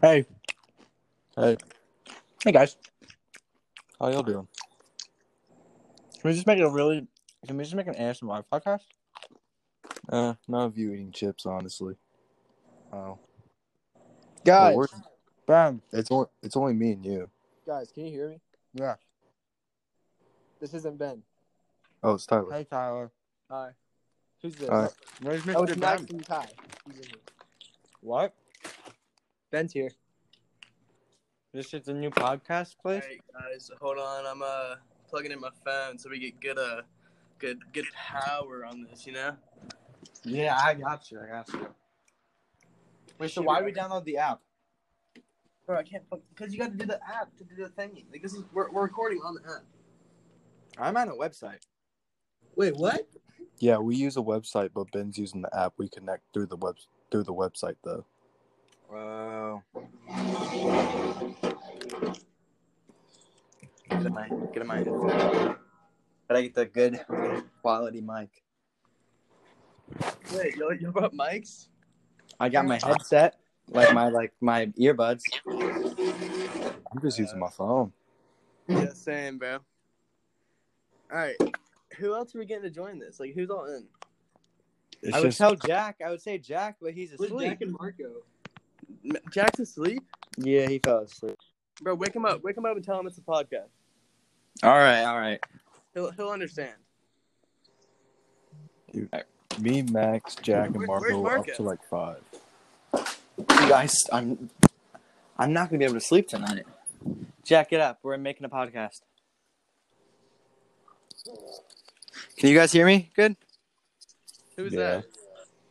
Hey, Hey, hey guys. how y'all doing? Can we just make it a really? Can we just make an ASMR podcast? Uh, none of you eating chips, honestly. Oh, Well, guys, we're- bam, it's only it's only me and you. Guys, can you hear me? yeah. This isn't Ben. Oh, it's Tyler. Hey Tyler, Hi. Who's this? Hi. where's Oh, Mister it's Max Ben? and Ty. He's in here. What? Ben's here. This is a new podcast place. Alright guys, hold on. I'm uh plugging in my phone so we get good uh good good power on this, you know? Yeah, I got you. I got you. Wait, so why do we download the app? Bro, I can't because you got to do the app to do the thingy. Like this is we're, we're recording on the app. I'm on a website. Wait, what? Yeah, we use a website, but Ben's using the app. We connect through the web through the website though. Whoa. Get in my get in my headphone. But I get the good quality mic. Wait, yo, you brought mics? I got my headset, like my like my earbuds. I'm just using my phone. Yeah, same, bro. Alright. Who else are we getting to join this? Like who's all in? It's I would just tell Jack. I would say Jack, but he's Where's asleep. and Marco? M- Jack's asleep? Yeah, he fell asleep. Bro, wake him up. Wake him up and tell him it's a podcast. All right, all right. He'll he'll understand. me, Max, Jack, and Where- Marco up where's Marcus? to like five. you guys, I'm I'm not gonna be able to sleep tonight. Jack, get up. We're making a podcast. Can you guys hear me? Good. Who's Yeah. that?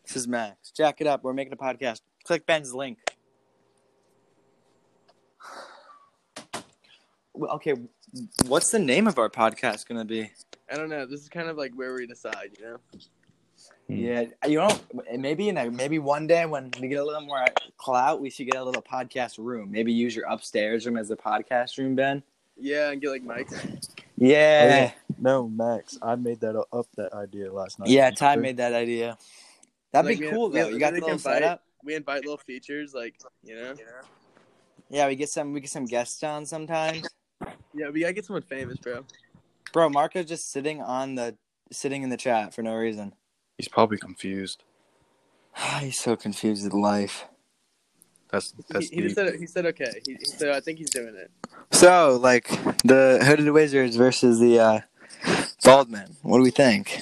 This is Max. Jack, get up. We're making a podcast. Click Ben's link. Well, Okay, what's the name of our podcast gonna be? I don't know. This is kind of like where we decide, you know? Hmm. Yeah, you know, maybe in a, maybe one day when we get a little more clout, we should get a little podcast room. Maybe use your upstairs room as the podcast room, Ben. Yeah, and get like mics. Yeah. No, Max, I made that up, up that idea last night. Yeah, Ty made that idea. That'd Like, be we- cool we- though. you got we the little can buy it. setup. we invite little features like you know Yeah, we get some. We get some guests on sometimes. yeah we gotta get someone famous bro Bro, Marco's just sitting on the sitting in the chat for no reason. He's probably confused. He's so confused with life. That's he, that's he just deep. said he said okay he, he- so i think he's doing it So, like the hooded wizards versus the uh, bald men. What do we think?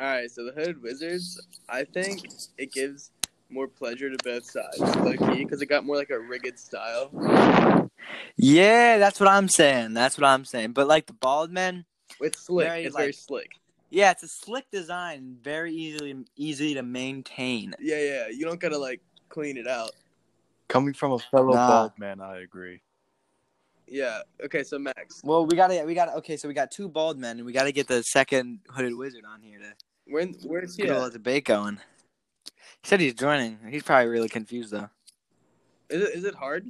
all right so the hooded wizards i think it gives more pleasure to both sides like because it got more like a rigged style Yeah, that's what I'm saying. That's what I'm saying. But like the bald men, it's slick Very, it's very like- slick yeah, it's a slick design, very easily easy to maintain. yeah yeah you don't gotta like clean it out Coming from a fellow Nah. bald man, I agree. yeah okay so max Well, we gotta we gotta okay. So we got two bald men, and we gotta get the second hooded wizard on here to when where's he Get a at? little debate going. He said he's joining. He's probably really confused though. is it is it hard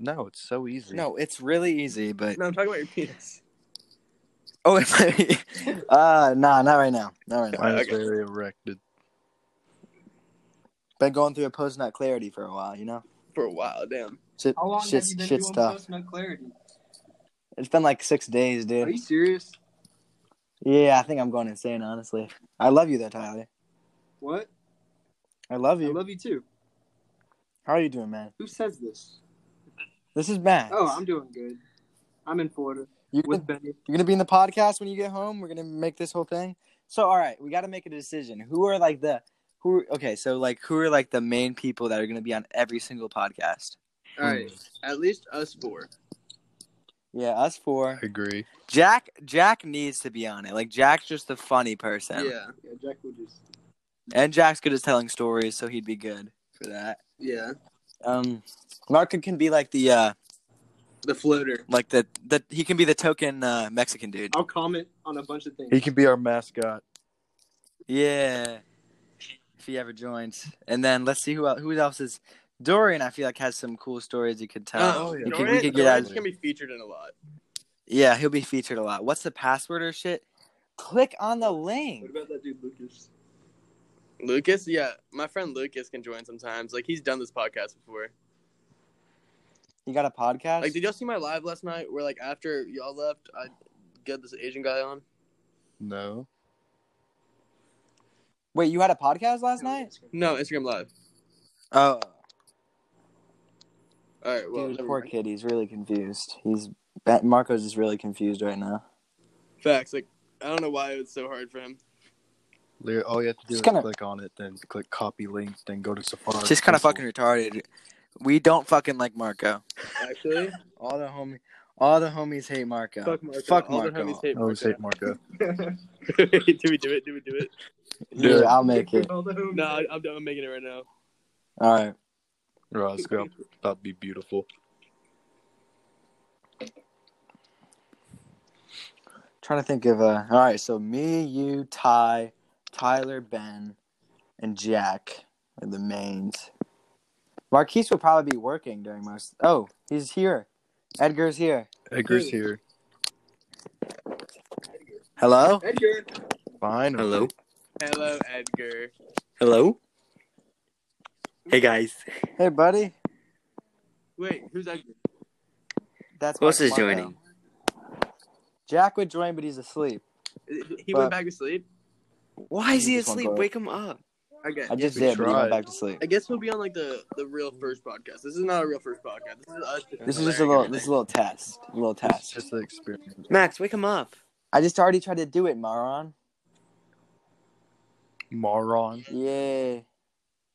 No, it's so easy. No, it's really easy, but no i'm talking about your penis oh, it might be. uh, nah, not right now. Not right now. I was Okay. very erected. Been going through a post nut clarity for a while, you know. for a while damn Shit, shit, shit stuff. clarity? It's been like six days, Are you dude. serious? Yeah, I think I'm going insane, honestly. I love you though, Tyler. What? I love I you. love you too. How are you doing, man? Who says this? This is Max. Oh, I'm doing good. I'm in Florida You're with gonna, Benny. you're gonna be in the podcast when you get home. We're gonna make this whole thing. So, all right, we got to make a decision. Who are like the who? Okay, so like who are like the main people that are gonna be on every single podcast? all right at least us four Yeah, us four. I agree. Jack Jack needs to be on it. Like Jack's just the funny person. yeah Yeah, Jack will just. And Jack's good at telling stories, so he'd be good for that. yeah Um Marco can be like the uh the floater like the the he can be the token uh Mexican dude. I'll comment on a bunch of things. He can be our mascot. Yeah. If he ever joins. And then let's see who else who else is Dorian I feel like has some cool stories he could tell. Oh, yeah. You could- we Dorian, could get Dorian's out- gonna be featured in a lot. Yeah, he'll be featured a lot. What's the password or shit? Click on the What link. about that dude Lucas? Lucas, yeah, my friend Lucas can join sometimes. Like he's done this podcast before. You got a podcast? Like, did y'all see my live last night? Where like after y'all left, I got this Asian guy on. No. Wait, you had a podcast last night? No, Instagram Live. Oh, All right, well, dude, never poor mind. kid. He's really confused. He's Marco's just really confused right now. facts. Like, I don't know why it was so hard for him. Lear, all you have to do Just is kinda- click on it, then click copy link, then go to Safari. Just kind of fucking retarded. We don't fucking like Marco. Actually, All the homie, all the homies hate Marco. fuck Marco. Fuck All their Marco. homies hate Oh, Marco. hate Marco. Wait, do we do it? Do we do it? Yeah, Dude. I'll make it. All the homies. No, I- I'm, I'm making it right now. All right. Roscoe, that'd be beautiful. Trying to think of uh All right, so me, you, Ty, Tyler, Ben, and Jack are the mains. Marquise will probably be working during most. Oh, he's here. Edgar's here. Edgar's here. Hello. Edgar. Fine. Hello. Hello, Edgar. Hello. Hey guys. Hey, buddy. Wait, who's Edgar? That's Who else is Marco. joining? Jack would join, but he's asleep. He But- went back to sleep. Why is he Just one asleep? bro. Wake him up. Okay. I just we did, but he tried. went back to sleep. I guess we'll be on like the the real first podcast. This is not a real first podcast. This is us. This is just a little. This is a little test. A little That's test. just an experience. Max, wake him up. I just already tried to do it, Maron. Moron. Yeah.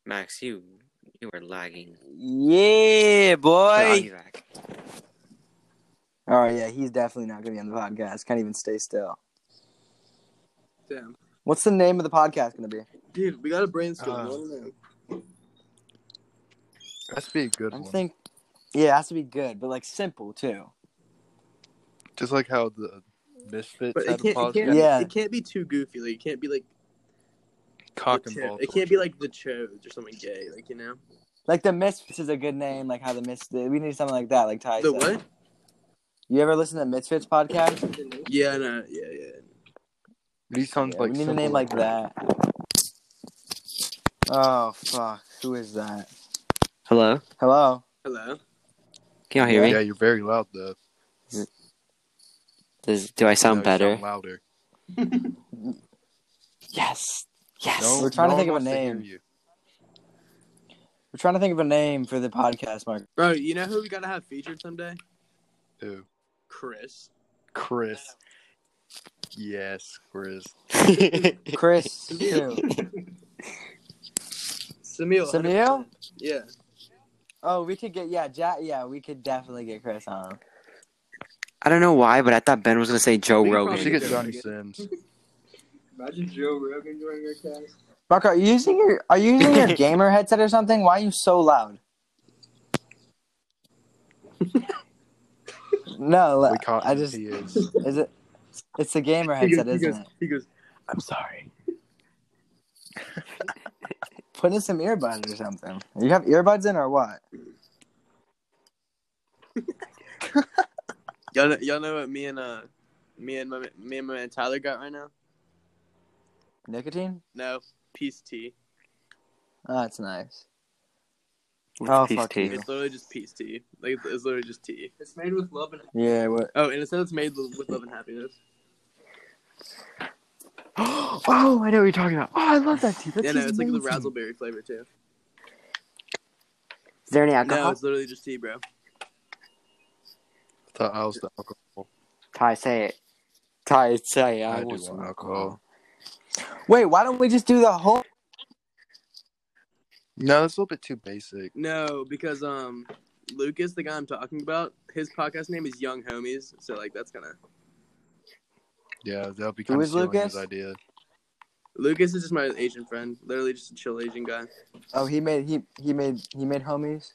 Max, you you are lagging. Yeah, I'll boy. be back. All right, yeah, he's definitely not gonna be on the podcast. Can't even stay still. Damn. What's the name of the podcast gonna be? Dude, we got a brainstorm. Uh, You wanna know? That's be a good I'm one. think. Yeah, it has to be good, but like simple too. Just like how the Misfits but had it a can't, it, can't podcast. be, Yeah. it can't be too goofy. Like it can't be like Cock the and Cho- ball. it can't be like the Chodes or something gay. Like you know Like the Misfits is a good name. Like how the Misfits. We need something like that. Like Ty. the said. what? You ever listen to Misfits podcast? Yeah, no, yeah, yeah. These sounds Yeah, like we need a simple- name like that. Oh fuck! Who is that? Hello. Hello. Hello. Can y'all hear me? Yeah, you're very loud though. Does, do I sound No, you better? Sound louder. Yes. Yes. No- We're trying no to think of one a wants hear name. you. We're trying to think of a name for the podcast, Mark. Bro, you know who we gotta have featured someday? Who? Chris. Chris. Yes, Chris. Chris. too. Samil. Samil? 100%. Yeah. Oh, we could get yeah, Jack. Yeah, we could definitely get Chris on. I don't know why, but I thought Ben was gonna say Joe We could We Rogan. should probably- get Johnny Sins. Imagine Joe Rogan joining our cast. Mark, are you using your are you using your gamer headset or something? Why are you so loud? no, We li- caught I just he is. is it. It's a gamer headset, isn't it? he goes, I'm sorry. Put in some earbuds or something. You have earbuds in or what? Y'all know, y'all know what me and uh me and my me and my man Tyler got right now? Nicotine? No. Peace tea. Oh, that's nice. With Oh, these fuck two. you. It's literally just peace tea. Like it's, it's literally just tea. It's made with love and Yeah. What? Oh, and it says it's made with love and happiness. oh, I know what you're talking about. Oh, I love that tea. That yeah, no, tea's it's like the amazing. razzleberry flavor too. Is there any No, alcohol? it's literally just tea, bro. I thought I was the alcohol. Ty, say it. Ty, say it. I, I, do want want some alcohol. Wait, why don't we just do the whole? No, that's a little bit too basic. No, because um, Lucas, the guy I'm talking about, his podcast name is Young Homies. So like that's kind of Yeah, that'll be kind of is stealing Lucas? his idea. Lucas is just my Asian friend, literally just a chill Asian guy. Oh, he made he he made he made homies.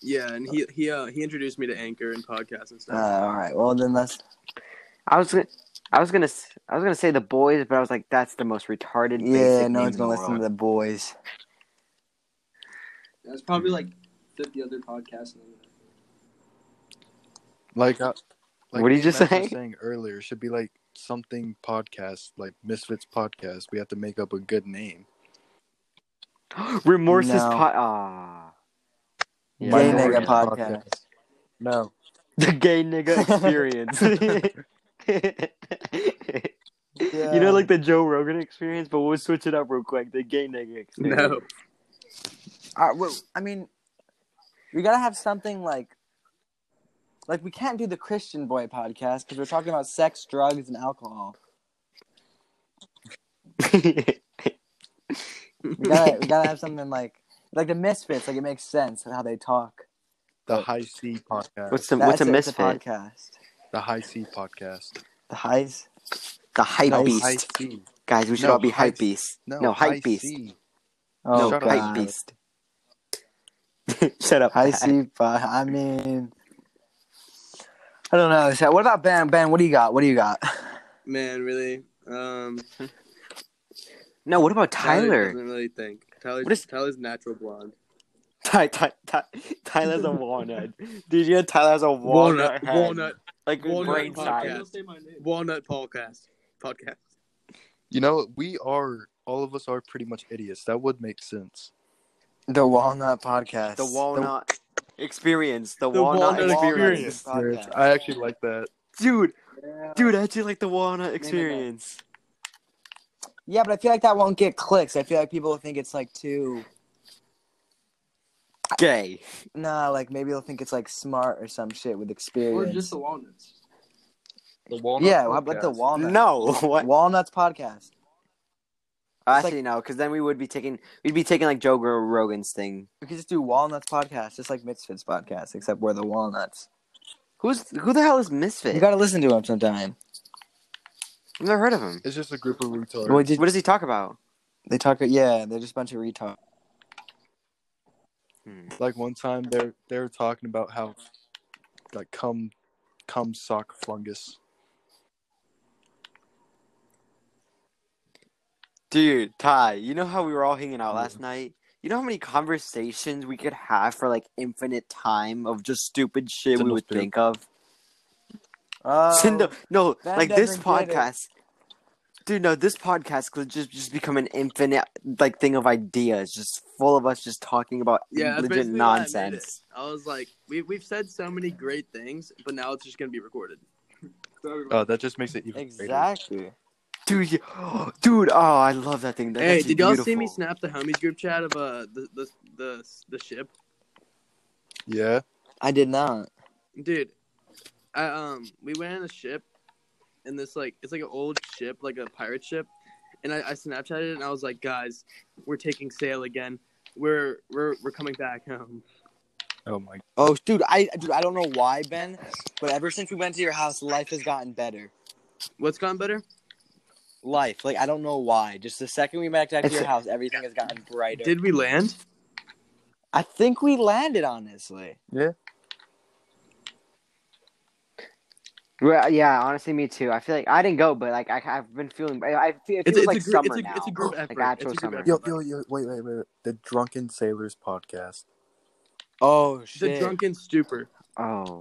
Yeah, and he he uh, he introduced me to Anchor and podcasts Uh, and Oh. stuff. all right. Well, then that's I was gonna, I was gonna, s- I was gonna say the boys, but I was like, that's the most retarded. yeah. basic No name one's in the gonna listen to world. the boys. That's probably like 50 other podcasts. Like, I, like What did you just Matt was say? Saying earlier, it should be like something podcast, like Misfits podcast. We have to make up a good name. Remorseless No. pot. Ah, Yeah. Gay nigga Minority podcast. No. The gay nigga experience. Yeah. You know, like the Joe Rogan experience, but we'll switch it up real quick. The gay nigga experience. No. Alright, well, I mean, we gotta have something like, like we can't do the Christian boy podcast because we're talking about sex, drugs, and alcohol. We gotta, we gotta have something like, like the Misfits. Like it makes sense how they talk. The High C podcast. what's the, That's what's a it, it's misfit? podcast? the High C podcast? The highs. The hype No, beast, High C. guys. We should No, all be hype- hype beast. No, High hype beast. C. Oh, no, Shut up, hype Pat. beast. Shut up. High Pat. C. But I mean, I don't know. So What about Ben? Ben, what do you got? What do you got? Man, really. Um, No, what about Tyler Tyler? doesn't really think. Tyler's What is- Tyler's natural blonde. Ty, Ty, Ty, Tyler's a walnut. Dude, you know Tyler has a walnut. Walnut, head. walnut, Like walnut brain podcast. size. Don't say my name. walnut podcast. Podcast. You know, we are all of us are pretty much idiots. That would make sense. The Walnut Podcast. The walnut experience. The, The walnut, walnut experience. experience. Podcast. I actually like that. Dude, Yeah. dude, I actually like the walnut no. experience. Yeah, but I feel like that won't get clicks. I feel like people will think it's like too. Gay. Nah, like maybe they'll think it's like smart or some shit with Or experience. just the walnuts. The walnut yeah, how about the podcast. Walnut? No, what? Walnuts podcast. It's Actually, no, because then we would be taking we'd be taking like Joe Rogan's thing. We could just do Walnuts podcast, just like Misfits podcast, except we're the Walnuts. Who's who the hell is Misfit? You gotta listen to him sometime. I've never heard of him. It's just a group of retards. Well, did, What does he talk about? they talk. Yeah, they're just a bunch of retards. like one time they're they're talking about how like cum cum sock fungus. Dude, Ty, you know how we were all hanging out last night? You know how many conversations we could have for like infinite time of just stupid shit we Sindel's would poop. think of? Oh, Sindel, no, Ben like this doesn't get it. podcast. Dude, no, this podcast could just just become an infinite like thing of ideas, just full of us just talking about Yeah, that's legit basically why I made nonsense. I was like, we we've said so many great things, but now it's just gonna be recorded. Sorry about Oh, that just makes it even greater. exactly. Dude, you- dude, oh, I love that thing. That- hey, that's did y'all see beautiful. me snap the homies group chat of uh the the the, the ship, Yeah. I did not. dude? I, um, we went in a ship, and this like it's like an old ship, like a pirate ship, and I, I Snapchatted it, and I was like, guys, we're taking sail again. We're we're we're coming back home. Oh my. Oh, dude, I dude, I don't know why, Ben, but ever since we went to your house, life has gotten better. What's gone better, Life, like I don't know why. Just the second we backed out to It's- your house, everything has gotten brighter. Did we land? I think we landed honestly. Well, yeah, honestly, me too. I feel like I didn't go, but like I, I've been feeling. I I feel it It's- feels it's like a group- summer it's a- now. it's a group effort. Like actual It's a group summer. effort. Yo, yo, yo! Wait, wait, wait! wait. The Drunken Sailors podcast. Oh The shit! drunken stupor. Oh,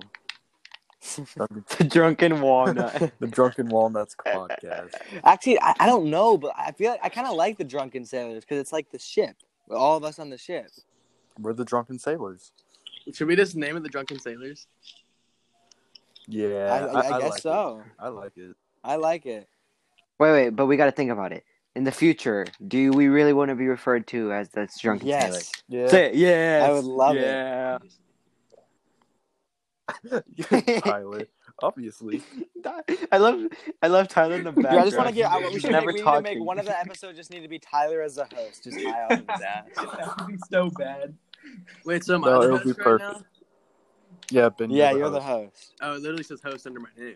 Drunken- the drunken walnut. the Drunken Walnuts podcast. Actually, I, I don't know, but I feel like I kind of like the drunken sailors because it's like the ship, with all of us on the ship. We're the Drunken Sailors. Should we just name it the drunken sailors? Yeah, I, I, I guess like It. so. I like it. I like it. wait, wait, but we got to think about it. In the future, do we really want to be referred to as the drunken sailor? yes, Yeah. Say yeah. I would love it. yeah. Tyler, obviously. I love, I love Tyler in the Dude, background. I just want to get. I, we He's should make, never we need to talking. make one of the episodes just need to be Tyler as the host, just high off his ass. That would be so bad. Wait, so am No, I the it'll host be right perfect. now? Yeah, Ben. Yeah, the you're the host. host. Oh, it literally says host under my name.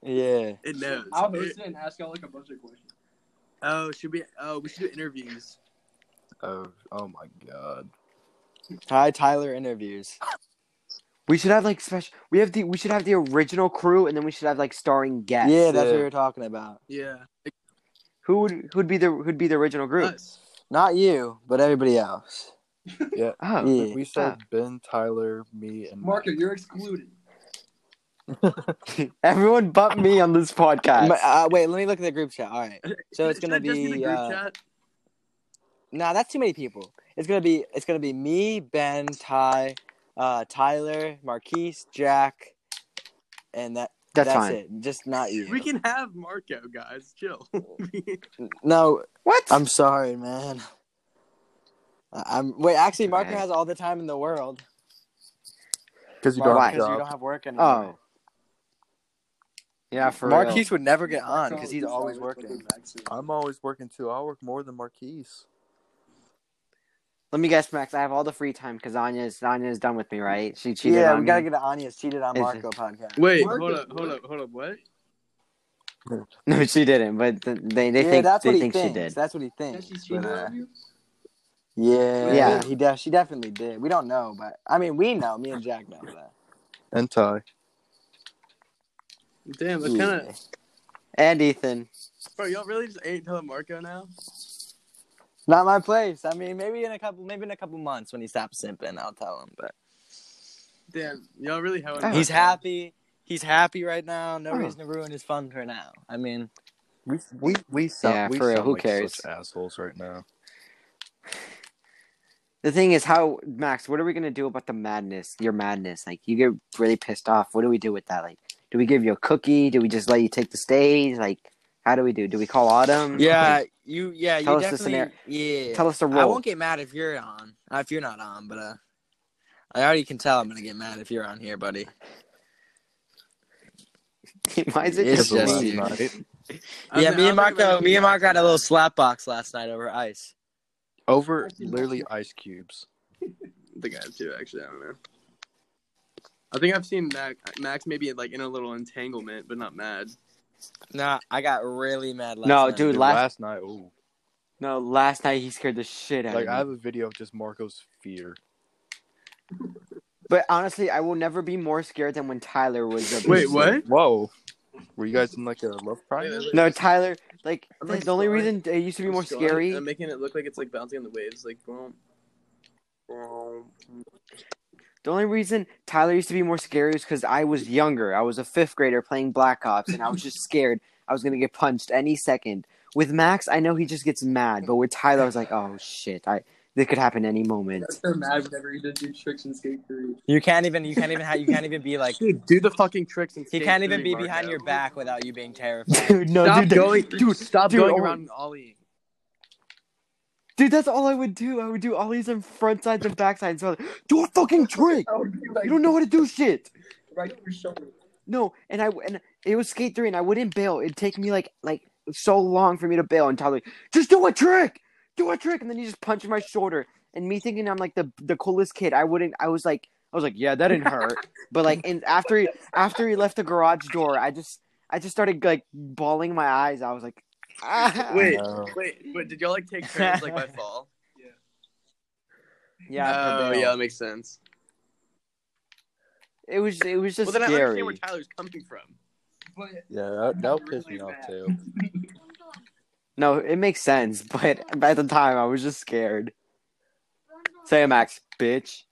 Yeah. It knows. I'll host It- it and ask y'all like a bunch of questions. oh, should we? Oh, we should do interviews. Oh, oh my God. Ty Tyler interviews. We should have like special. We have the. We should have the original crew, and then we should have like starring guests. Yeah, that's what Yeah. we were talking about. Yeah, Who would who'd be the who'd be the original group? us. Not you, but everybody else. Oh, Yeah. Ah. We said Ben, Tyler, me, and Marco, you're excluded. everyone but me on this podcast. uh, But, uh, wait, let me look at the group chat. All right. So it's Should gonna I just do the be, group uh, chat? Nah, that's too many people. It's gonna be it's gonna be me, Ben, Ty, uh, Tyler, Marquise, Jack, and that That's, fine. it. Just not you. We can have Marco, guys. Chill. No, What? I'm sorry, man. I- I'm wait. Actually, Marco Okay. has all the time in the world Because you Why? because don't have a Why? you job. don't have work anymore. oh. Yeah, for real. Marquise would never get on because he's Marco's always like working. back soon. I'm always working too. I work more than Marquise. Let me guess, Max. I have all the free time because Anya's Anya's done with me, right? She cheated Yeah, on we gotta me. get an Anya's cheated on Is Marco podcast. Wait, Marco, hold up, hold what? up, hold up. What? No, she didn't. But th- they they yeah, think that's they what he think thinks. she did. That's what he Has thinks. she cheated but, uh, on you? yeah, Yeah. he def- she definitely did. We don't know, but I mean, we know. Me and Jack know that. And Ty. Damn, that's Yeah. kind of. And Ethan. Bro, y'all really just ain't telling Marco now? Not my place. I mean, maybe in a couple, maybe in a couple months when he stops simping, I'll tell him. But Damn, y'all really have. Oh. he's happy. He's happy right now. No Oh. reason to ruin his fun for now. I mean, We we we sound, Yeah, we for real, sound who like cares? such assholes right now. The thing is, how Max? What are we gonna do about the madness? Your madness. Like you get really pissed off. What do we do with that? Like, do we give you a cookie? Do we just let you take the stage? Like, how do we do? Do we call Autumn? yeah, you, yeah, Tell you us the definitely, yeah. Like, tell us the role. I won't get mad if you're on, uh, if you're not on, but uh, I already can tell I'm gonna get mad if you're on here, buddy. Why is it It's just Remember just last me? you. night? yeah, me and Marco, me and Marco had a little slap box last night over ice. Over literally ice cubes. The guys too, actually. I don't know. I think I've seen Max, Max maybe like in a little entanglement, but not mad. Nah, I got really mad last No, night. dude, Dude, last- last, night, ooh. No, last night he scared the shit out Like I of have me. a video of just Marco's fear. But honestly, I will never be more scared than when Tyler was. abusive. Wait, what? Whoa. Were you guys in like a love triangle? No, Tyler. Like I'm, the, like, the only scarred. reason it used to be more Scrawny- scary. I'm making it look like it's like bouncing on the waves, like boom, boom. The only reason Tyler used to be more scary is because I was younger. I was a fifth grader playing Black Ops, and I was just scared I was gonna get punched any second. With Max, I know he just gets mad, but with Tyler, I was like, "Oh shit, I this could happen any moment." That's so mad whenever you did do tricks and skate three. you can't even, you can't even, ha- you can't even be like, Dude, do the fucking tricks and he can't even be behind your back without you being terrified. Dude, no, stop dude, that- going, dude, Stop dude, going oh, around and ollieing. Dude, that's all I would do. I would do ollies and front sides and back sides. So do a fucking trick. Oh, you like You don't know how to do shit. right over your shoulder. No, and I and it was skate three, and I wouldn't bail. It'd take me like like so long for me to bail, and Tyler like, just do a trick, do a trick, and then he just punched my shoulder, and me thinking I'm like the the coolest kid. I wouldn't. I was like, I was like, yeah, that didn't hurt, but like, and after he after he left the garage door, I just I just started like bawling my eyes. I was like, ah. Wait, No. wait, wait. Did y'all like take turns like by fall? yeah, I oh prevailed. yeah, that makes sense. It was it was just well, then I scary. understand where Tyler's coming from. But Yeah, that, that would piss me off too. no, it makes sense, but at the time I was just scared. Say it, Max, bitch.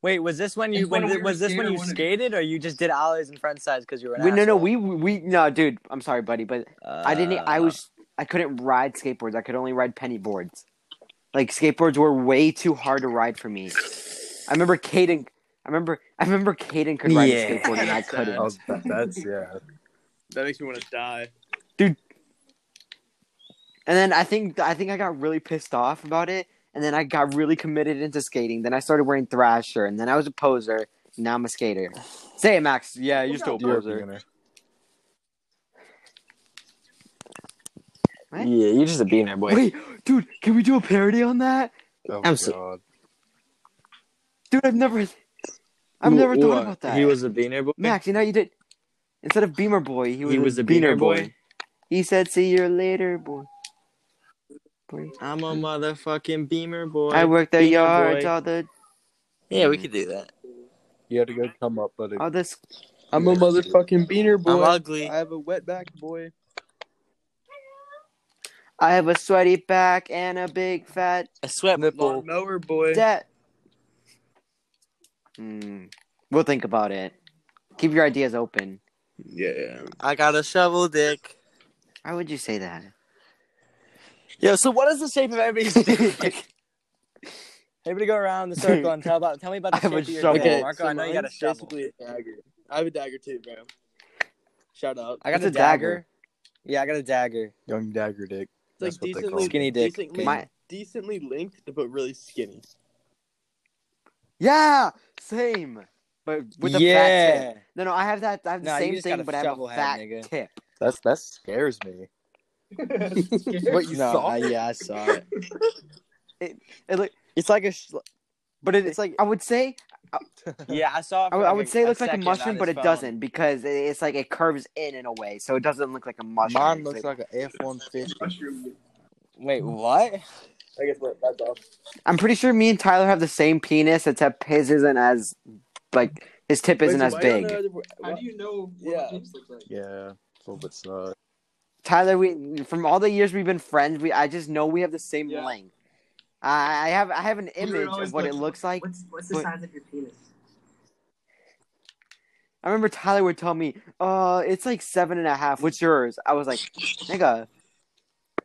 Wait, was this when you It's when when we did- were was this when skating, you wasn't it? skated or you just did ollies and front sides because you were an We, no, no, asshole? Uh. we, we, no, dude. I'm sorry, buddy, but I didn't. I was, I couldn't ride skateboards. I could only ride penny boards. Like skateboards were way too hard to ride for me. I remember Caden. I remember. I remember Caden could ride Yeah. a skateboard and I That's sad. couldn't. Oh, that- that's yeah. That makes me want to die. And then I think I think I got really pissed off about it. And then I got really committed into skating. Then I started wearing Thrasher. And then I was a poser. Now I'm a skater. Say it, Max. Yeah, you're still a You're a poser. beginner. What? Yeah, you're just a beaner boy. Wait, dude, can we do a parody on that? Oh I'm so- god. Dude, I've never, I've never thought What? about that. He was a beaner boy. Max, you know you did. Instead of Beamer Boy, he was, he was a beaner, boy. He said, "See you later, boy." boy. I'm a motherfucking beamer boy. I work the Beamer yards, boy. all the Yeah, we could do that. You had to go come up, but it, all this. I'm a motherfucking beaner I'm ugly. have a wet back boy. I have a sweaty back and a big fat I sweat Nipple. Mower boy. debt. Hmm. We'll think about it. Keep your ideas open. Yeah. I got a shovel dick. Why would you say that? Yo, so what is the shape of everybody's dick? Everybody go around the circle and tell about tell me about I the have shape a of your shovel. dick. Okay, Marco, I know you got a mine's shovel. basically a dagger. I have a dagger too, bro. Shout out. I got It's a, a dagger. dagger. Yeah, I got a dagger. Young dagger dick. That's It's like what they call decently it. Skinny dick. Decently, My- decently linked, but really skinny. Yeah, same. But with a fat yeah. tip. No, no, I have that. I have the Nah, you same just got thing, a but I have a shovel head, fat nigga. tip. That's that scares me. What no, I, yeah, I saw it. It look, It's like a. Sh- but it, It's like- I would say yeah, I saw. It I, for would- like I would a- say it looks like a second on mushroom, his but it phone. doesn't because it, it's like it curves in in a way, so it doesn't look like a mushroom. Mine It's looks like- like an F one fifty. Mushroom. Wait, what? I guess what, that's all. I'm pretty sure me and Tyler have the same penis, except his isn't as like his tip isn't Wait, as so why big. don't other- How why- do you know what Yeah. my penis looks like? Yeah, it's a little bit sus. Tyler, we from all the years we've been friends, we I just know we have the same Yeah. length. I I have I have an You were image always of what like, it looks like. What's what's the but- size of your penis? I remember Tyler would tell me, "Uh, it's like seven and a half. What's yours?" I was like, "Nigga,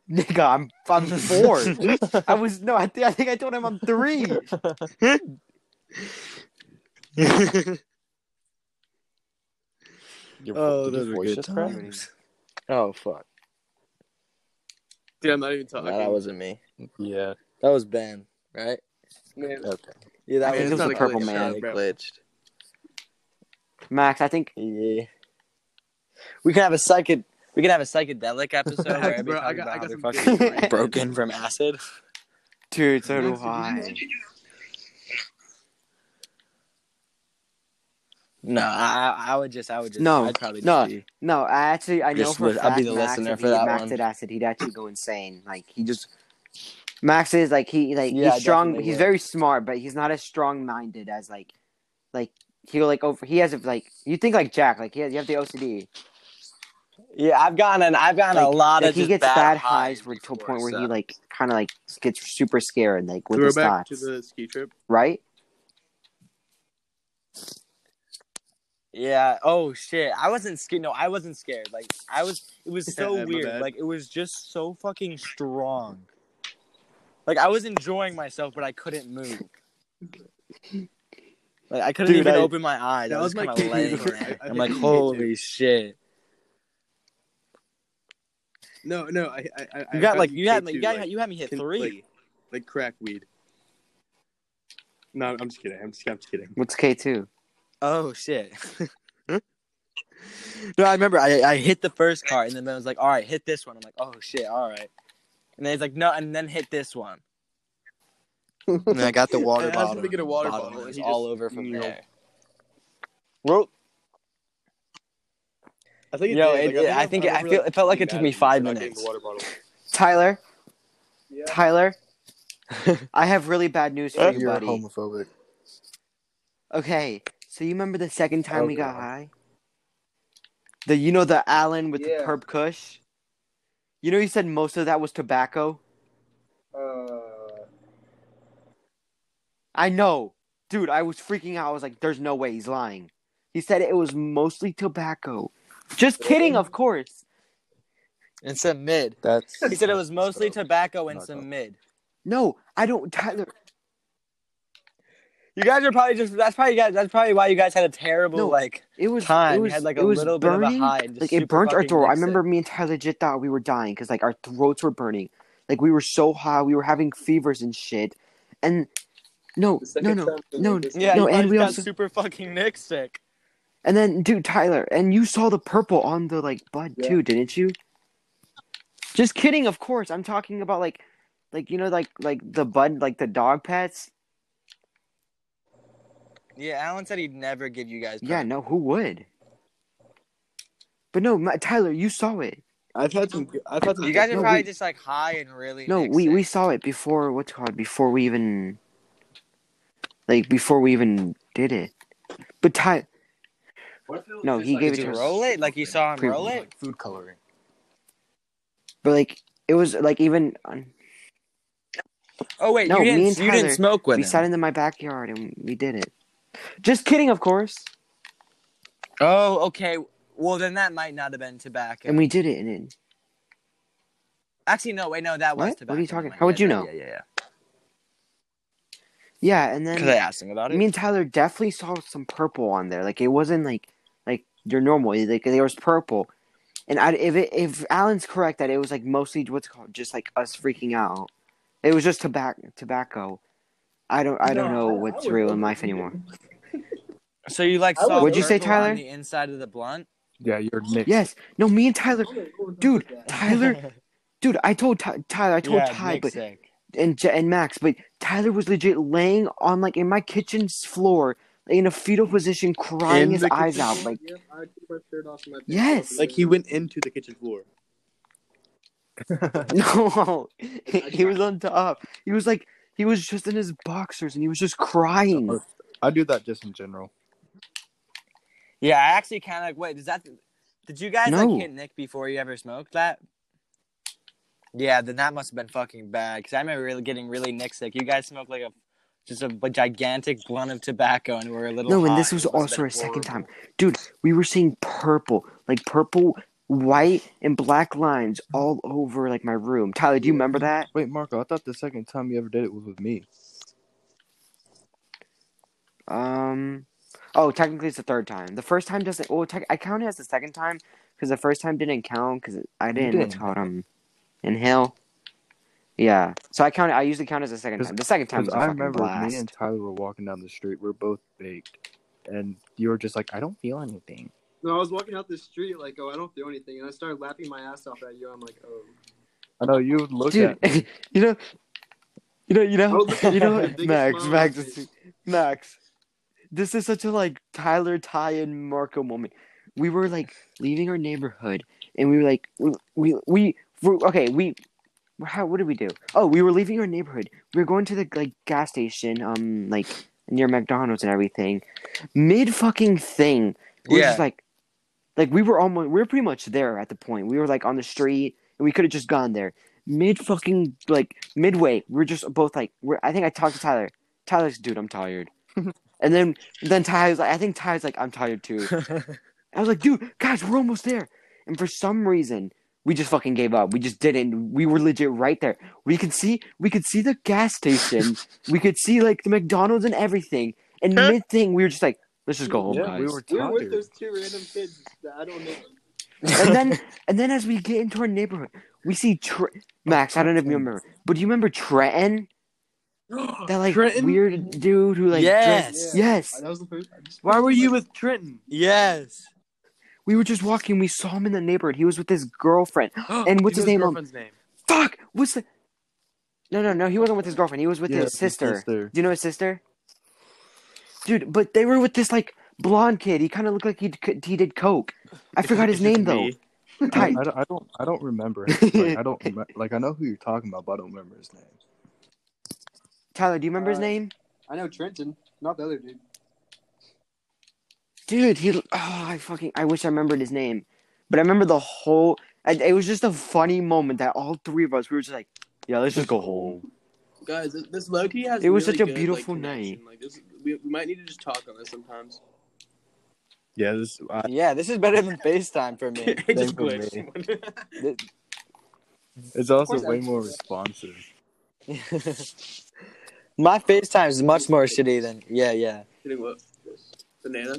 nigga, I'm I'm four. I was no, I, thi- I think I told him I'm three. Your, Oh, did those your were voice good just crack? times. Oh fuck! Dude, I'm not even No, talking. that wasn't me. Yeah. That was Ben, right? Man, Okay. Yeah, that I mean, it's was not a purple glitch, man. it glitched. Max, I think Yeah. We can have a psychic. We can have a psychedelic episode where everybody Bro, I talks got- about I how got they're some fucking good ideas. broken from acid. dude, so do Max, I. did you No, I, I- I would just, I would just, No, I'd probably just no. be. No, I actually I know Just for a li- I'll fact be the Max, listener if for he that Max one. did acid, he'd actually go insane. Like he just Max is like he like Yeah, I he's strong. definitely He's would. very smart, but he's not as strong minded as like like he like over. He has a, like you think like Jack. Like he has, you have the OCD. Yeah, I've gotten, I've gotten a Like- lot Like of. he just gets bad, bad, highs where, to a point where he so- like kind of like gets super scared like with his Throwback thoughts, to the ski trip. right? Yeah. Oh shit! I wasn't scared. No, I wasn't scared. Like I was. It was Yeah, so my weird. bad. Like it was just so fucking strong. Like I was enjoying myself, but I couldn't move. Like I couldn't Dude, even I- open my eyes. That I was, was my kind kid. of laying I- there. I I'm like, hate you. holy shit! No, no, I, I, I You I got found like you had kid like you too, got you had me hit can- three. like crack weed. No, I'm just kidding. I'm just, I'm just kidding. What's K two? Oh shit. no, I remember I, I hit the first card and then I was like, all right, hit this one. I'm like, oh shit, all right. And then he's like, no, and then hit this one. And then I got the water I asked him bottle. to get a water bottle, bottle, and it was and he all just- over from no. there. Well, I think Yo, did. it- it- I think it- I feel- it felt like it took me five being mad at minutes. you for not getting the water bottle. Tyler, Yeah. Tyler, I have really bad news for you, You're buddy. homophobic. Okay, so you remember the second time we got Okay. high? The you know the Allen with Yeah. the perp Kush. You know you said most of that was tobacco. Uh, I know, dude. I was freaking out. I was like, "There's no way he's lying." He said it was mostly tobacco. Just kidding, of course. and some mid. That's. He said it was mostly tobacco and Not some dope. mid. No, I don't, Tyler. You guys are probably just that's probably you guys that's probably why you guys had a terrible No. like It was time. It You was had, like, it a was little bit of a burning. high and just like super it burnt our fucking throat. I mixed it. remember me and Tyler legit thought we were dying because like our throats were burning. Like we were so high, we were having fevers and shit. And no, the no, second no, time we no, did this- Yeah, No, you and and we got also- super fucking nick sick. And then, dude, Tyler, and you saw the purple on the like bud Yeah. too, didn't you? Just kidding, of course. I'm talking about like, like you know, like like the bud, like the dog pets. Yeah, Alan said he'd never give you guys. Yeah, no, who would? But no, my, Tyler, you saw it. I've had some. good- I've had some. You guys are No, probably we- just like high and really. No, nick we sick. we saw it before. What's it called before we even, like before we even did it. But Ty, What if it was No, just he like gave Did it you to us. roll it like you saw him Pre- roll it? food coloring. but like it was like even uh, on- Oh wait, No, you me didn't. and you didn't Tyler, smoke with we him. sat in my backyard and we did it. Just kidding, of course. Oh, okay. Well, then that might not have been tobacco. And we did it, and it, Actually, no, wait, no, that was What? tobacco. What are you talking- Never mind. how would Yeah, you yeah, know? Yeah, yeah, yeah. Yeah, and Because I then asked him about it. me and Tyler definitely saw some purple on there. Like it wasn't like like your normal. It- Like there was purple, and I, if it, if Alan's correct that it was like mostly what's it called just like us freaking out. It was just tobacco. Tobacco. I don't. I don't know what's real in life anymore. so you like I saw would- What'd you say, purple on Tyler? the inside of the blunt? Yeah, you're Nick. Yes. No. Me and Tyler. Dude, Tyler. Tyler, Dude, I told Ty- Tyler. I told Ty, but and J- and Max, but Tyler was legit laying on like in my kitchen's floor in a fetal position, crying In his the eyes kitchen? out. Like Yep, I took my shirt off and my Yes. Like he went into the kitchen floor. no, he, he was on top. He was like he was just in his boxers and he was just crying. Oh. I do that just in general. Yeah, I actually kind of like. Wait, does that? Did you guys No. like hit Nick before you ever smoked that? Yeah, then that must have been fucking bad. Because I remember really getting really Nick sick. You guys smoked like a just a, b- gigantic blunt of tobacco, and were a little. No, and high. this was It must have also been our second horrible. time, dude. We were seeing purple, like purple, white, and black lines all over like my room. Tyler, do you remember that? Wait, Marco, I thought the second time you ever did it was with me. Um, oh, technically it's the third time. The first time doesn't. Well, tec- I count it as the second time because the first time didn't count because I didn't. What's it didn't. called um, inhale. Yeah, so I count. it- I usually count it as the second 'Cause- time. The second time Because was a I fucking remember blast. me and Tyler were walking down the street. We are both baked, and you were just like, "I don't feel anything." No, I was walking out the street like, oh, I don't feel anything, and I started laughing my ass off at you. I'm like, oh. I know you would look dude. at me. you know, you know, you know, Oh, you know, the biggest Max, smile on Max, my this- face. Max. This is such a like Tyler, Ty, and Marco moment. We were like leaving our neighborhood, and we were like, we we, we we- okay, we how what did we do? Oh, we were leaving our neighborhood. We were going to the like gas station, um, like near McDonald's and everything. Mid fucking thing, we're Yeah. just like, like we were almost, we were pretty much there at the point. We were like on the street, and we could have just gone there. Mid fucking like midway, we were just both like, we're, I think I talked to Tyler. Tyler's dude, I'm tired. and then then Ty was like, I think Ty's like, I'm tired too. I was like, dude, guys, we're almost there. And for some reason, we just fucking gave up. We just didn't. We were legit right there. We could see, we could see the gas station. we could see like the McDonald's and everything. And mid thing, we were just like, let's just go Oh home, yeah, guys. we were We were with tired. those two random kids that I don't know. and then, and then as we get into our neighborhood, we see Tre- Max. I don't know if you remember, but do you remember Trenton? That like Trenton? weird dude who like Yes. dressed- yes. That was the first. Why were you with Trenton? Yes. We were just walking. We saw him in the neighborhood. He was with his girlfriend. And what's You his know name, um, Girlfriend's name. Fuck! What's the? No, no, no. He wasn't with his girlfriend. He was with Yeah, his sister. sister. Do you know his sister? Dude, but they were with this like blonde kid. He kind of looked like he he did coke. I forgot his name though. I, Ty- I don't, I don't, I don't remember. Him. Like, I don't, remem- like, I know who you're talking about, but I don't remember his name. Tyler, do you remember his Uh, name? I know Trenton, not the other dude. Dude, he. Oh, I fucking. I wish I remembered his name, but I remember the whole. I, it was just a funny moment that all three of us we were just like, yeah, let's just go home. Guys, this- this low key has. It was really such a good, beautiful like, night. connection. Like this, we, we might need to just talk on this sometimes. Yeah, this. I, Yeah, this is better than FaceTime for me. It just for glitched. it's also Of course way I- more responsive. My FaceTime is much more shitty than yeah, yeah. Hitting what? Banana.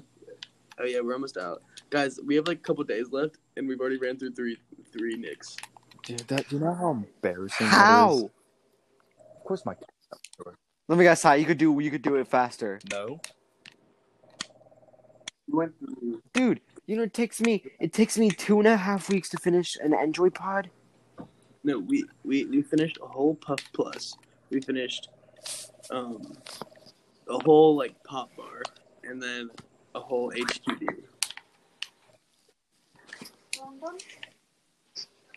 Oh yeah, we're almost out, guys. We have like a couple days left, and we've already ran through three three nicks. Dude, that. You know how embarrassing. that is? How? Of course, my. Let me guess, Ty. You could do. You could do it faster. No. You went through. dude you know it takes me it takes me two and a half weeks to finish an android pod No, we we we finished a whole puff plus. We finished, um, a whole like pop bar, and then a whole HQD.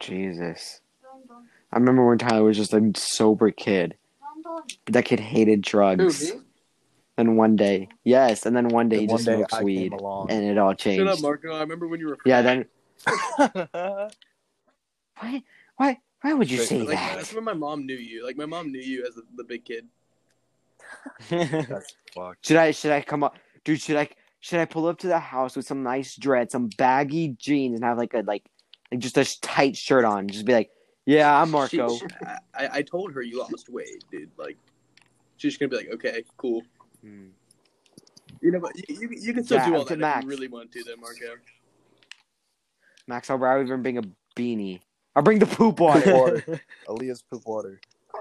jesus i remember when tyler was just a sober kid that kid hated drugs Who, me? and one day yes and then one day And he one just day smokes I came weed along. and it all Shut up, changed Marco. I remember when you were. yeah then That's why why why would you Wait, say Like that uh, that's when my mom knew you. Like my mom knew you as the, the big kid. That's fucked. should i should i come up dude should i should i pull up to the house with some nice dread some baggy jeans and have like a like like just a tight shirt on just be like Yeah, I'm Marco. She- I, I I told her you lost weight, dude. Like, she's gonna be like, okay, cool. Hmm. You know, but you, you, you can still Yeah, do all up that to if max. you really want to, then Marco. Max, I'll rather even bring a beanie. I'll bring the poop water. water. Aaliyah's poop water.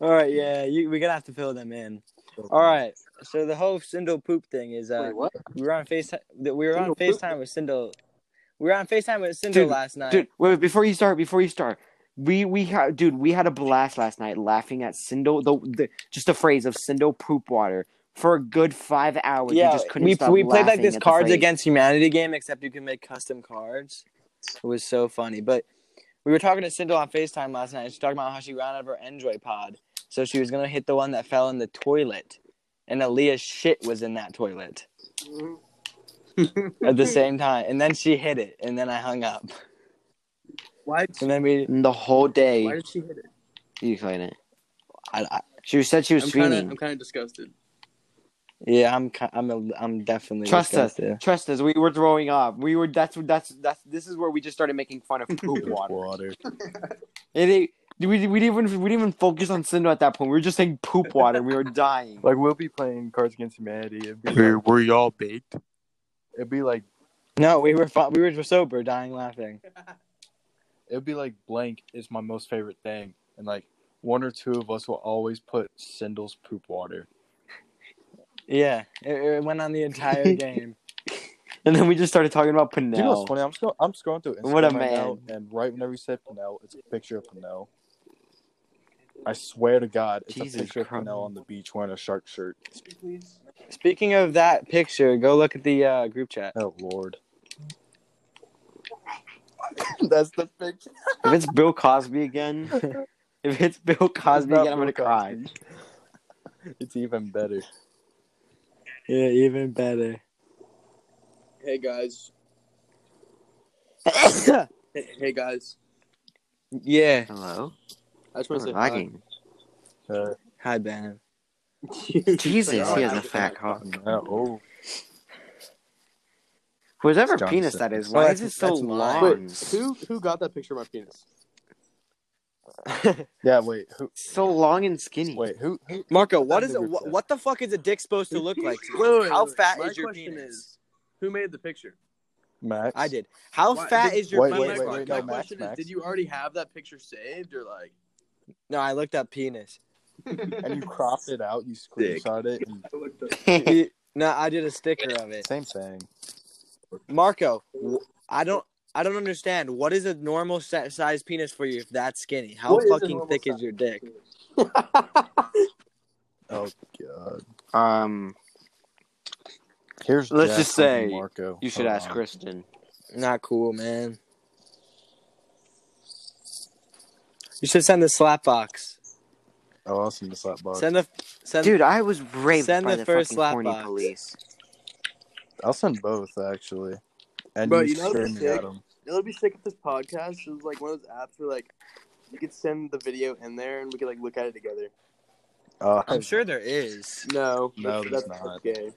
All right, yeah, you, we're gonna have to fill them in. All right, so the whole Sindel poop thing is uh, Wait, what? we were on Face we were on Sindel poop? Facetime with Sindel. We were on Facetime with Sindel Dude, last night. dude, wait, wait, before you start, before you start, we we ha- dude, we had a blast last night laughing at Sindo the, the just the phrase of Sindo poop water for a good five hours. yeah, we just couldn't we stop we played like laughing this at the Cards phrase. Against Humanity game, except you can make custom cards. It was so funny, but we were talking to Sindel on Facetime last night. and She was talking about how she ran out of her Android pod, so she was gonna hit the one that fell in the toilet, and Aaliyah's shit was in that toilet Mm-hmm. at the same time, and then she hit it, and then I hung up, Why? and then we. And the whole day. Why did she hit it? you explain it. I, I, She said she was I'm kind of streaming. I'm kind of disgusted. yeah, I'm ki- I'm a, I'm definitely Trust us. disgusted. Trust us. We were throwing up. We were. That's that's that's. This is where we just started making fun of poop water. Water. It, it, we, we didn't even we didn't even focus on Sindo at that point. We were just saying poop water. and We were dying. Like we'll be playing Cards Against Humanity. It'd be like, were y'all baked? It'd be like No, we were fu- we were sober, dying laughing. it'd be like blank is my most favorite thing, and like one or two of us will always put Sindel's poop water. Yeah, it, it went on the entire game. And then we just started talking about Do you know Pinnell. what's funny? I'm scroll- I'm scrolling through Instagram What a right now, and right whenever you said Pinnell, it's a picture of Pinnell. I swear to God, it's Jesus a picture Christ. of Pinnell on the beach wearing a shark shirt. Speaking of that picture, go look at the uh, group chat. Oh Lord, that's the picture. if it's Bill Cosby again, if it's Bill Cosby not again, I'm gonna Bill cry. It's even better. Yeah, even better. Hey guys. Hey, hey guys. Yeah. Hello, I just want to say hi. lagging. Uh, Hi, Bannon. oh, Jesus, he has a fat cock. no. Oh, Whoever Johnson. penis that is, Oh, why that's- is it so that's mine. long? Wait, who who got that picture of my penis? yeah. Wait, who? So long and skinny. Wait, who? Who? Marco, uh, what That's is the it? group What, chat. what the fuck is a dick supposed to look like? to you? Wait, wait, wait, How wait. fat My is your question penis? is, who made the picture? Max. I did. How Why- fat did- is your Wait, my, penis? wait, my- wait, wait, my no, Max, question Max. is, did you already have that picture saved or like? No, I looked up penis. And you cropped it out. You Dick. screenshot it. And You- no, I did a sticker of it. same thing. Marco, wh- I don't. I don't understand. What is a normal sa- size penis for you if that's skinny? How What is a fucking normal thick size? is your dick? Oh God. um, Here's. Let's Jack just from say Marco. you should Hold ask on. Kristen. Not cool, man. You should send the slap box. Oh, I'll send the slap box. Send the send. Dude, I was raped Send by the the, first fucking slap horny box. police. I'll send both actually. And Bro, you, you know what's screaming sick? at 'em. It would be sick if this podcast was like one of those apps where like you could send the video in there and we could like look at it together. Uh, I'm sure there is. No, No, that's, there's that's not. gay.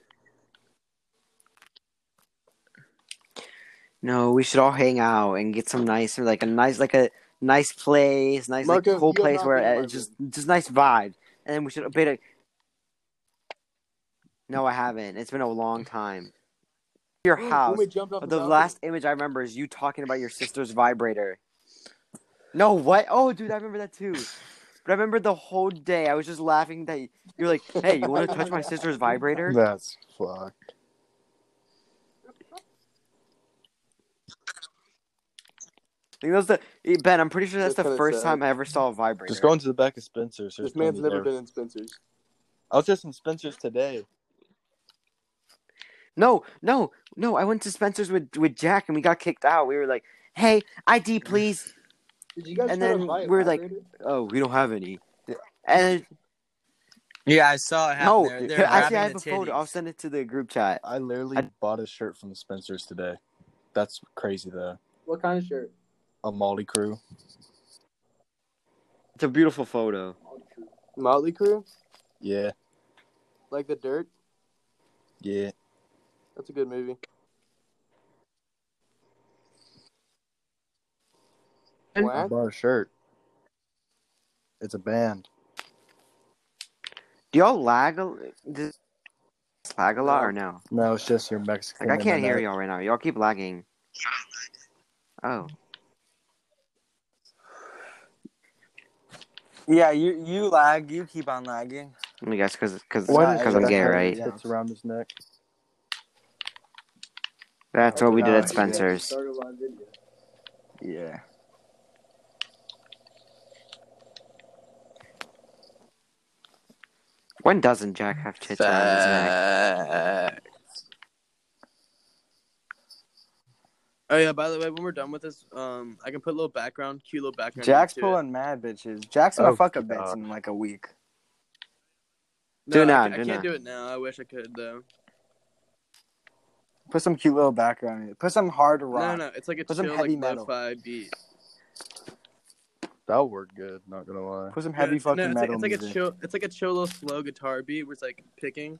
No, we should all hang out and get some nice, like a nice, like a nice place, nice like Marco, you cool have place not where been to uh, my just just nice vibe. And then we should update it. No, I haven't. It's been a long time. Your When house. we jumped off The balcony. last image I remember is you talking about your sister's vibrator. No, what? Oh, dude, I remember that too. But I remember the whole day. I was just laughing that you- you're like, "Hey, you want to touch my sister's vibrator?" That's fuck. I think that's the eh, Ben. I'm pretty sure that's, That's the kinda first sad. time I ever saw a vibrator. Just go into the back of Spencer's. There's This man's plenty never there. been in Spencer's. I was just in Spencer's today. No, no, no. I went to Spencer's with with Jack, and we got kicked out. We were like, "Hey, ID, please." Did you guys And try to then buy a we're like- vibrator? Oh, we don't have any. And Yeah, I saw it happen. no, They're- they're here, actually, I have grabbing a the photo. titties. I'll send it to the group chat. I literally I- bought a shirt from Spencer's today. That's crazy though. What kind of shirt? A Molly Crew. It's a beautiful photo. Motley Crue? Yeah, Like the dirt? yeah. That's a good movie. And- I What? bought a shirt. It's a band. Do y'all lag? A, does lag a lot or no? No, it's just your Mexican. Like I can't hear internet. y'all right now. Y'all keep lagging. Oh, Yeah, you you lag. You keep on lagging. let me guess, because because Why does Because I'm Jack gay, have right? Yeah. tits around his neck. That's what we did Oh, at shit. Spencer's. Start a live video. Yeah. When doesn't Jack have tits around his neck? Oh yeah. By the way, when we're done with this, um, I can put a little background, cute little background. Jack's to it. pulling mad bitches. Jack's gonna Oh, fuck a bitch God. in like a week. Do No, now, I, ca- do I now. can't do it now. I wish I could though. Put some cute little background. in it. Put some hard rock. No, no, it's like a Put some chill, heavy like metal. lo-fi beat. That'll work good. Not gonna lie. Put some No, heavy it's- no, fucking it's like- metal It's like music. a chill. It's like a chill, little slow guitar beat where it's like picking,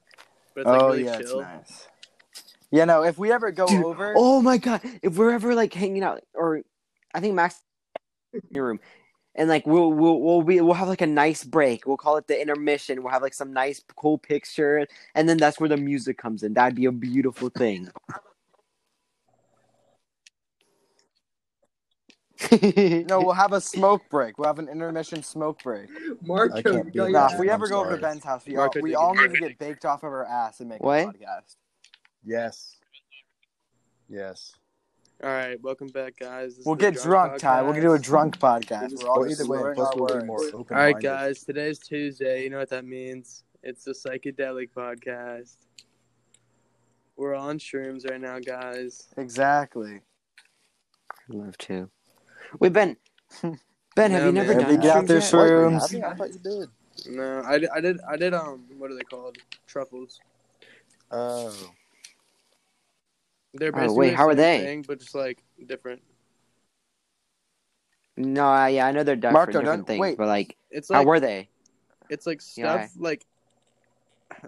but it's like oh really yeah, chill. it's nice. Yeah, no. If we ever go Dude, over, Oh my god! If we're ever like hanging out, or I think Max in your room, and like we'll we'll we'll be we'll have like a nice break. We'll call it the intermission. We'll have like some nice cool picture, and then that's where the music comes in. That'd be a beautiful thing. no, we'll have a smoke break. We'll have an intermission smoke break. I Marco, can't do you got that. your Nah, Yeah, if we I'm ever go over to sorry. Ben's house, we all Marco, we dude, all you're need to get baked off of our ass and make What? a podcast. Yes. Yes. All right, welcome back, guys. This is We'll the get drunk, Ty. We're gonna do a podcast. drunk podcast. We're all Well, just either way, slurring plus our we'll be words. more open. All right, guys. Today's Tuesday. You know what that means? It's the psychedelic podcast. We're on shrooms right now, guys. Exactly. I'd love to. Wait, Ben. Ben, have No, you never man. done Have you got shrooms their yet? shroom? I Rooms. think- I thought you did. No, I, di- I did I did um what are they called truffles? Oh. They're Oh, basically wait, the how are same they? Thing, but just like different. No, I, yeah, I know they're different, Marco, different don't- things, wait. but like, It's how like were they? it's like stuff Yeah. like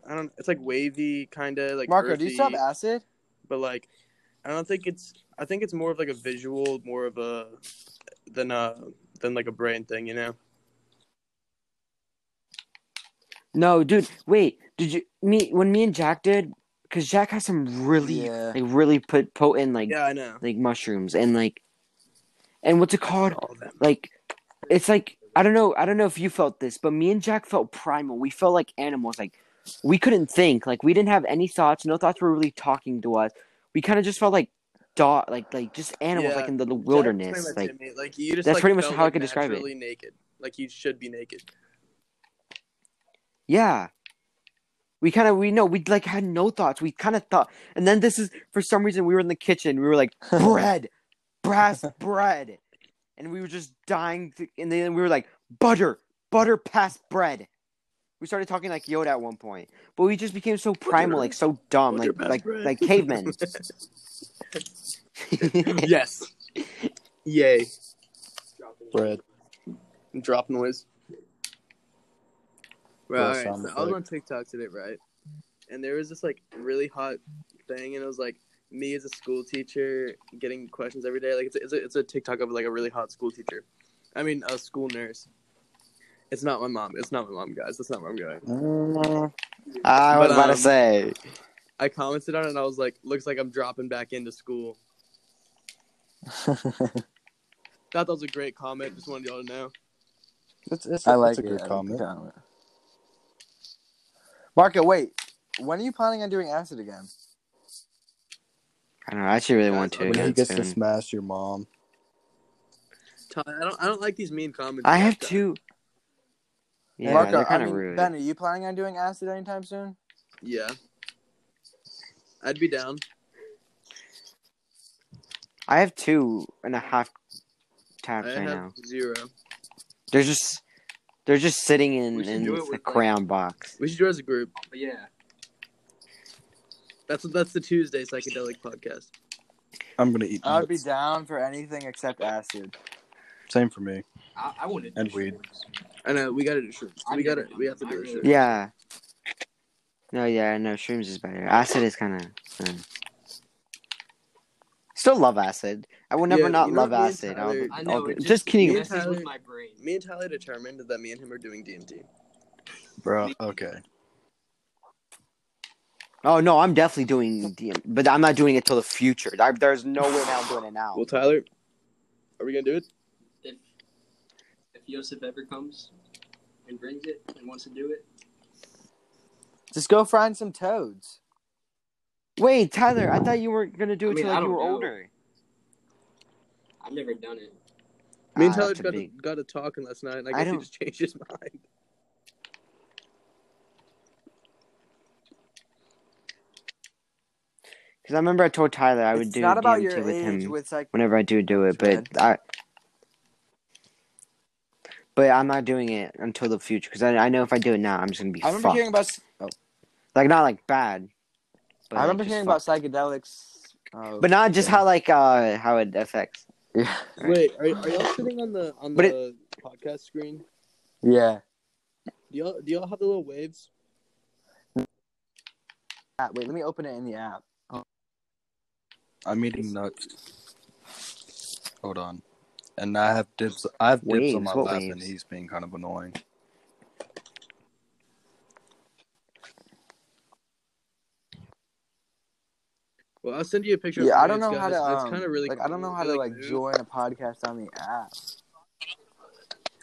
I don't. It's like wavy, kind of like Marco, do earthy, you still have acid? but like I don't think it's. I think it's more of like a visual, more of a than a than like a brain thing, you know. No, dude, wait. Did you me when me and Jack did? Because Jack has some really, Yeah. like, really put potent like Yeah, I know. like mushrooms and like, and what's it called? All of them. Like, it's like I don't know. I don't know if you felt this, but me and Jack felt primal. We felt like animals. Like, we couldn't think. Like, we didn't have any thoughts. No thoughts were really talking to us. We kind of just felt like dot, like like just animals, Yeah. like in the, the Jack explained wilderness. that to Like, me. like you just that's like, pretty much felt, how I like, could describe it. naturally naked. Like you should be naked. Yeah. We kind of we know we like had no thoughts. We kind of thought, and then this is for some reason we were in the kitchen. We were like bread, brass bread, and we were just dying. To, and then we were like butter, butter past bread. We started talking like Yoda at one point, but we just became so primal, like so dumb, butter like past like bread. like cavemen. yes. Yay. Bread. Drop noise. Right. Little all right, sound so I was effect. on TikTok today, right? And there was this like really hot thing, and it was like me as a school teacher getting questions every day. Like it's a, it's a, it's a TikTok of like a really hot school teacher. I mean, a school nurse. It's not my mom. It's not my mom, guys. That's not where I'm going. Mm, Ah, I was But, about to um, say. I commented on it, and I was like, "Looks like I'm dropping back into school." Thought that was a great comment. Just wanted y'all to know. It's, it's I like that's a it. good I like the comment. comment. Marco, wait. When are you planning on doing acid again? I don't know. I actually really Guys, want to I'll- When he again gets soon. to smash your mom. Ty, I don't. I don't like these mean comments. I you have guys got. two. Yeah, Marco, they're I kind of mean, rude. Ben, are you planning on doing acid anytime soon? Yeah. I'd be down. I have two and a half I tabs right now. have zero. They're just they're just sitting in We should in do it the with, like- crown box. We should do it as a group. Yeah. That's that's the Tuesday psychedelic podcast. I'm gonna eat. I would be Nuts. down for anything except acid. Same for me. I, I want to And weed. I know we gotta do shrooms. I We know, gotta we have to do a I shrooms. know. Yeah. No, yeah, no, shrooms is better. Acid is kind of. Still love acid. I will never Yeah, not you know love what, me and acid. Tyler- I'll- I I'll know. be- it just, kidding, me and messes Tyler- with my brain. Me and Tyler determined that me and him are doing DMT. bro. Okay. Oh no, I'm definitely doing DM, but I'm not doing it till the future. I, there's no way now I'm doing it Oh. now. Well, Tyler, are we gonna do it? If if Yosef ever comes and brings it and wants to do it, Just go find some toads. Wait, Tyler, I thought you were gonna do I it mean, till I like you don't were know. older. I've never done it. Uh, Me and Ah, Tyler that's a got to, big- got to talking last night, and I I guess he don't- just changed his mind. Because I remember I told Tyler I would it's do not about DMT your with age him with psych. whenever I do do it, but I. But I'm not doing it until the future because I, I know if I do it now, I'm just gonna be I remember fucked. hearing about. s- like not like bad. But I like, remember just hearing fucked. about psychedelics. Oh, But not just yeah. how like uh how it affects. Yeah. Wait, are, are y'all sitting on the on But the podcast screen? Yeah. Do y'all do y'all have the little waves? Ah, Wait, let me open it in the app. I'm eating nuts. Hold on. And I have dibs. I have dibs on Waves, my what lap, and waves? he's being kind of annoying. Well, I'll send you a picture. Yeah, of the I don't know waves, how guys. to. It's Um, kind of really. like, I don't know cool. how They, to like move. join a podcast on the app.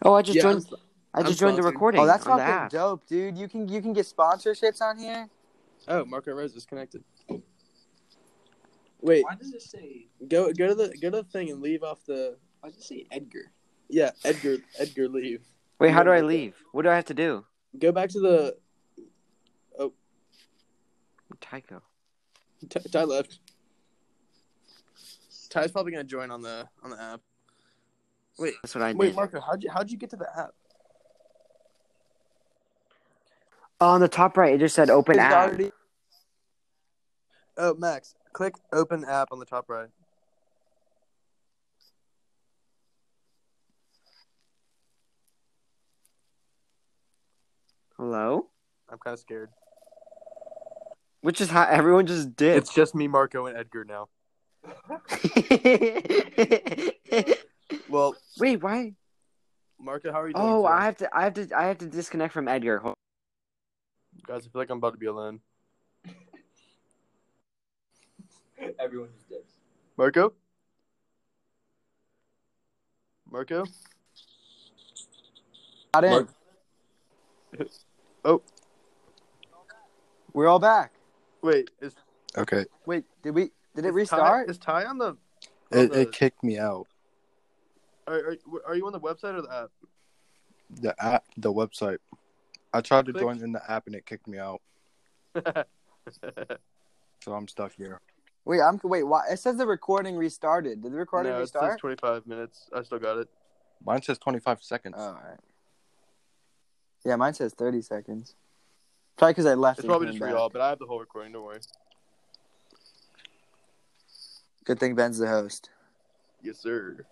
Oh, I just Yeah, I'm joined. s- I I'm just joined the sponsored. recording. Oh, that's on the fucking app. dope, dude. You can you can get sponsorships on here. oh, Marco Rose is connected. Wait, Why does it say? go go to the go to the thing and leave off the. Why does it say Edgar? Yeah, Edgar Edgar leave. Wait, how do I Marco. leave? What do I have to do? Go back to the Tycho. Ty, Ty left. Ty's probably gonna join on the on the app. Wait, That's what I did. wait, Marco, how'd you how'd you get to the app? On the top right, it just said open It's app. already- Oh, Max, click open app on the top right. Hello? I'm kind of scared. Which is how everyone just did. It's just me, Marco, and Edgar now. Well, Wait, why? Marco, how are you doing? Oh, today? I have to. I have to. I have to disconnect from Edgar. Hold- guys, I feel like I'm about to be alone. Everyone just did. Marco, Marco, Got in. Mark- Oh. We're all back. wait, is Okay. Wait, did we? Did it is restart? Ty, is Ty on the? on It, the- it kicked me out. are, are, are you on the website or the app? The app, the website. I tried to Click. join in the app, and it kicked me out. So I'm stuck here. Wait, I'm wait. Why? It says the recording restarted. Did the recording no, it says restart? 25 minutes. I still got it. Mine says 25 seconds. Oh, all right. Yeah, mine says 30 seconds. Probably because I left. It's and probably came just for back. y'all, but I have the whole recording. Don't worry. Good thing Ben's the host. Yes, sir.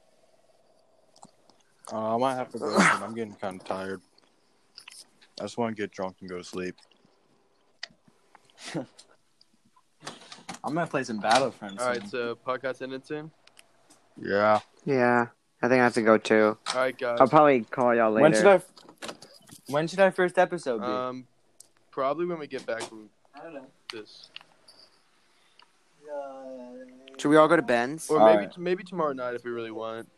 Uh, I might have to go. soon. I'm getting kind of tired. I just want to get drunk and go to sleep. I'm gonna play some Battlefront. All soon. right, so podcast ended soon. Yeah. yeah, I think I have to go too. All right, guys. I'll probably call y'all later. When should our When should our first episode be? Um, probably when we get back from I don't know. this, Should we all go to Ben's? or All maybe right. maybe tomorrow night if we really want.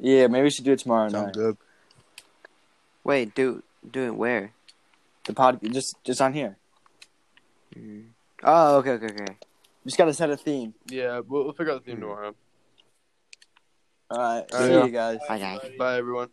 yeah, maybe we should do it tomorrow night. Sounds good. Wait, do do it where? The pod just just on here. Mm. Oh, okay, okay, okay. Just gotta set a theme. Yeah, we'll, we'll figure out the theme Hmm. tomorrow. All right. All see right. you guys. Bye, guys. Bye, everyone.